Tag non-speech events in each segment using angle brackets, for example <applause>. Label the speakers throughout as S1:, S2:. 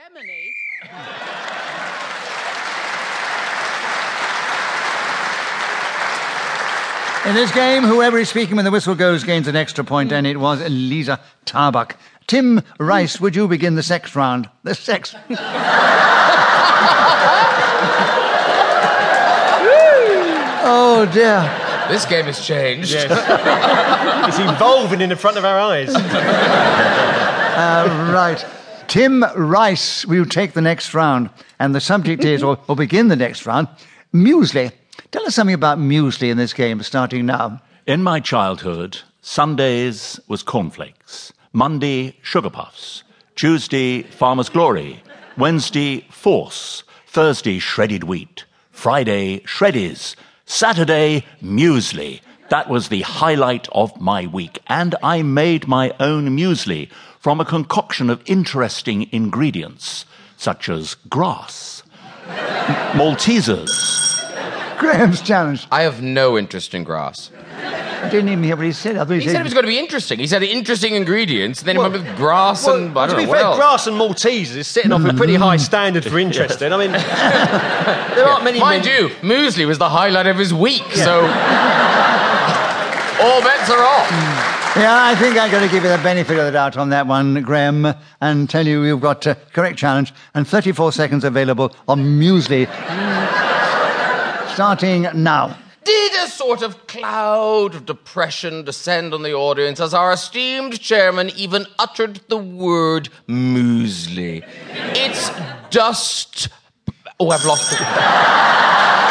S1: Emily.
S2: In this game, whoever is speaking when the whistle goes gains an extra point, and it was Lisa Tarbuck. Tim Rice, would you begin the sex round? The sex. <laughs> oh dear.
S3: This game has changed.
S4: It's evolving in the front of
S3: <laughs>
S4: our eyes.
S2: Right. Tim Rice, will take the next round, and the subject is, or, or begin the next round, muesli. Tell us something about muesli in this game, starting now.
S5: In my childhood, Sundays was cornflakes, Monday, sugar puffs, Tuesday, farmer's glory, Wednesday, force, Thursday, shredded wheat, Friday, shreddies, Saturday, muesli. That was the highlight of my week, and I made my own muesli from a concoction of interesting ingredients, such as grass, Maltesers,
S2: Graham's challenge.
S3: I have no interest in grass.
S2: I didn't even hear what he said. I thought he,
S3: He said it was going to be interesting. He said interesting ingredients, and then he went with grass and I
S4: to
S3: don't
S4: be
S3: know what
S4: fair,
S3: else. Mm.
S4: grass and Maltesers is sitting off a pretty high
S3: <laughs>
S4: standard for interesting. I mean, there aren't many.
S3: Mind
S4: men-
S3: you, Moosley was the highlight of his week,
S4: <laughs>
S3: so all bets are off.
S2: Yeah, I think I'm going to give you the benefit of the doubt on that one, Graham, and tell you you've got uh, correct challenge and 34 seconds available on muesli. starting now.
S3: Did a sort of cloud of depression descend on the audience as our esteemed chairman even uttered the word Moosley? It's dust. Oh, I've lost it.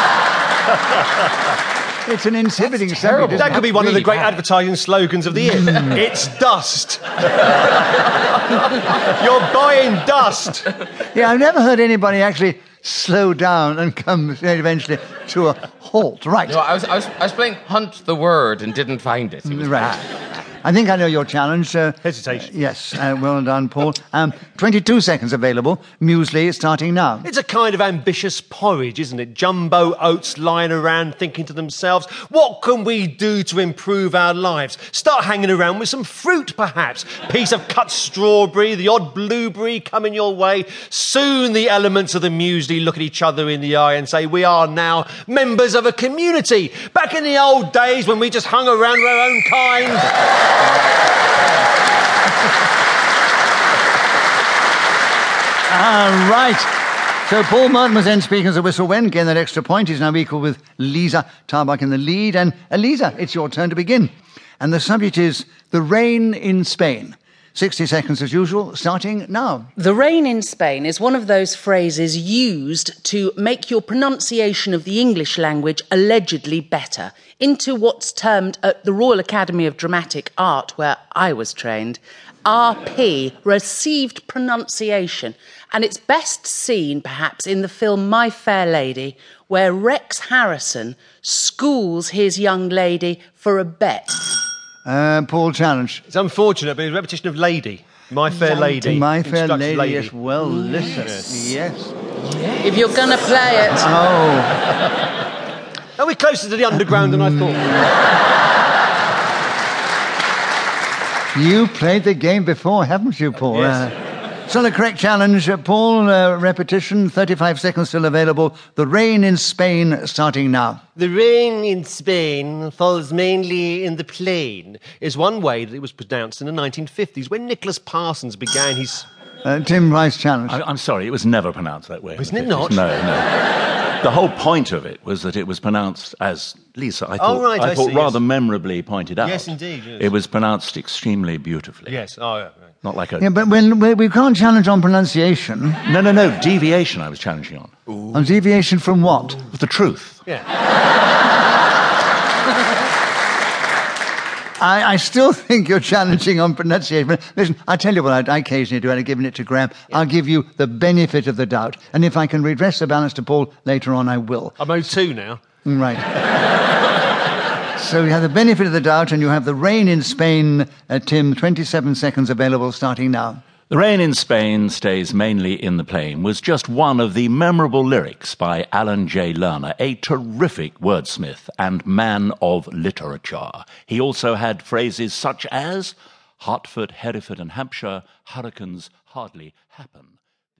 S2: It's an inhibiting subject.
S4: That could be one of the
S3: Really
S4: great
S3: bad. Mm.
S4: advertising slogans of the year. it's dust. <laughs> You're buying dust.
S2: Yeah, I've never heard anybody actually slow down and come eventually to a halt. Right.
S3: No, I was, I was, I was playing Hunt the Word and didn't find it. It was
S2: right. I think I know your challenge. Uh,
S4: Hesitation.
S2: yes, uh, well done, Paul. Um, 22 seconds available. Muesli starting now.
S4: It's a kind of ambitious porridge, isn't it? Jumbo oats lying around thinking to themselves, what can we do to improve our lives? Start hanging around with some fruit, perhaps. Piece of cut strawberry, the odd blueberry coming your way. Soon the elements of the muesli look at each other in the eye and say, we are now members of a community. Back in the old days when we just hung around with our own kind.
S2: All right. So Paul Martin was then speaking as a whistle when gained that extra point. He's now equal with Lisa Tarbuck in the lead. And Eliza, it's your turn to begin. And the subject is the rain in Spain. 60 seconds as usual, starting now.
S1: The rain in Spain is one of those phrases used to make your pronunciation of the English language allegedly better, into what's termed at the Royal Academy of Dramatic Art, where I was trained, RP, received pronunciation. And it's best seen, perhaps, in the film My Fair Lady, where Rex Harrison schools his young lady for a bet.
S2: Uh, Paul challenge.
S4: It's unfortunate, but it's a repetition of lady. My fair lady.
S2: My fair
S4: Instructed
S2: lady, is well listened. yes.
S1: If you're going to play it.
S2: Oh.
S4: Are we closer to the underground than
S2: <laughs>
S4: I thought?
S2: You played the game before, haven't you, Paul?
S4: Yes.
S2: Uh, so the correct challenge, uh, Paul, uh, repetition, 35 seconds still available. The rain in Spain starting now.
S4: The rain in Spain falls mainly in the plain, is one way that it was pronounced in the 1950s when Nicholas Parsons began his.
S2: Uh, Tim Rice challenge.
S5: I, I'm sorry, it was never pronounced that way.
S4: Wasn't it
S5: No,
S4: not?
S5: no. The whole point of it was that it was pronounced as Lisa. I thought,
S4: Oh, right, I
S5: thought
S4: see,
S5: rather
S4: yes.
S5: memorably pointed out.
S4: Yes, indeed, yes.
S5: It was pronounced extremely beautifully.
S4: Yes, oh, yeah, right.
S5: Not like a
S2: yeah, but when we, we can't challenge on pronunciation,
S5: no, no, no deviation. I was challenging on
S2: on deviation from what?
S5: It was the truth.
S2: I, I still <laughs> think you're challenging on pronunciation. But Listen, I tell you what I, I occasionally do, and I've given it to Graham. I'll give you the benefit of the doubt. And if I can redress the balance to Paul later on, I will.
S4: I'm 02 now.
S2: Right. <laughs> so you have the benefit of the doubt, and you have the rain in Spain, uh, Tim. 27 seconds available starting now.
S5: The rain in Spain stays mainly in the plain was just one of the memorable lyrics by Alan J. Lerner, a terrific wordsmith and man of literature. He also had phrases such as Hartford, Hereford, and Hampshire hurricanes hardly happen.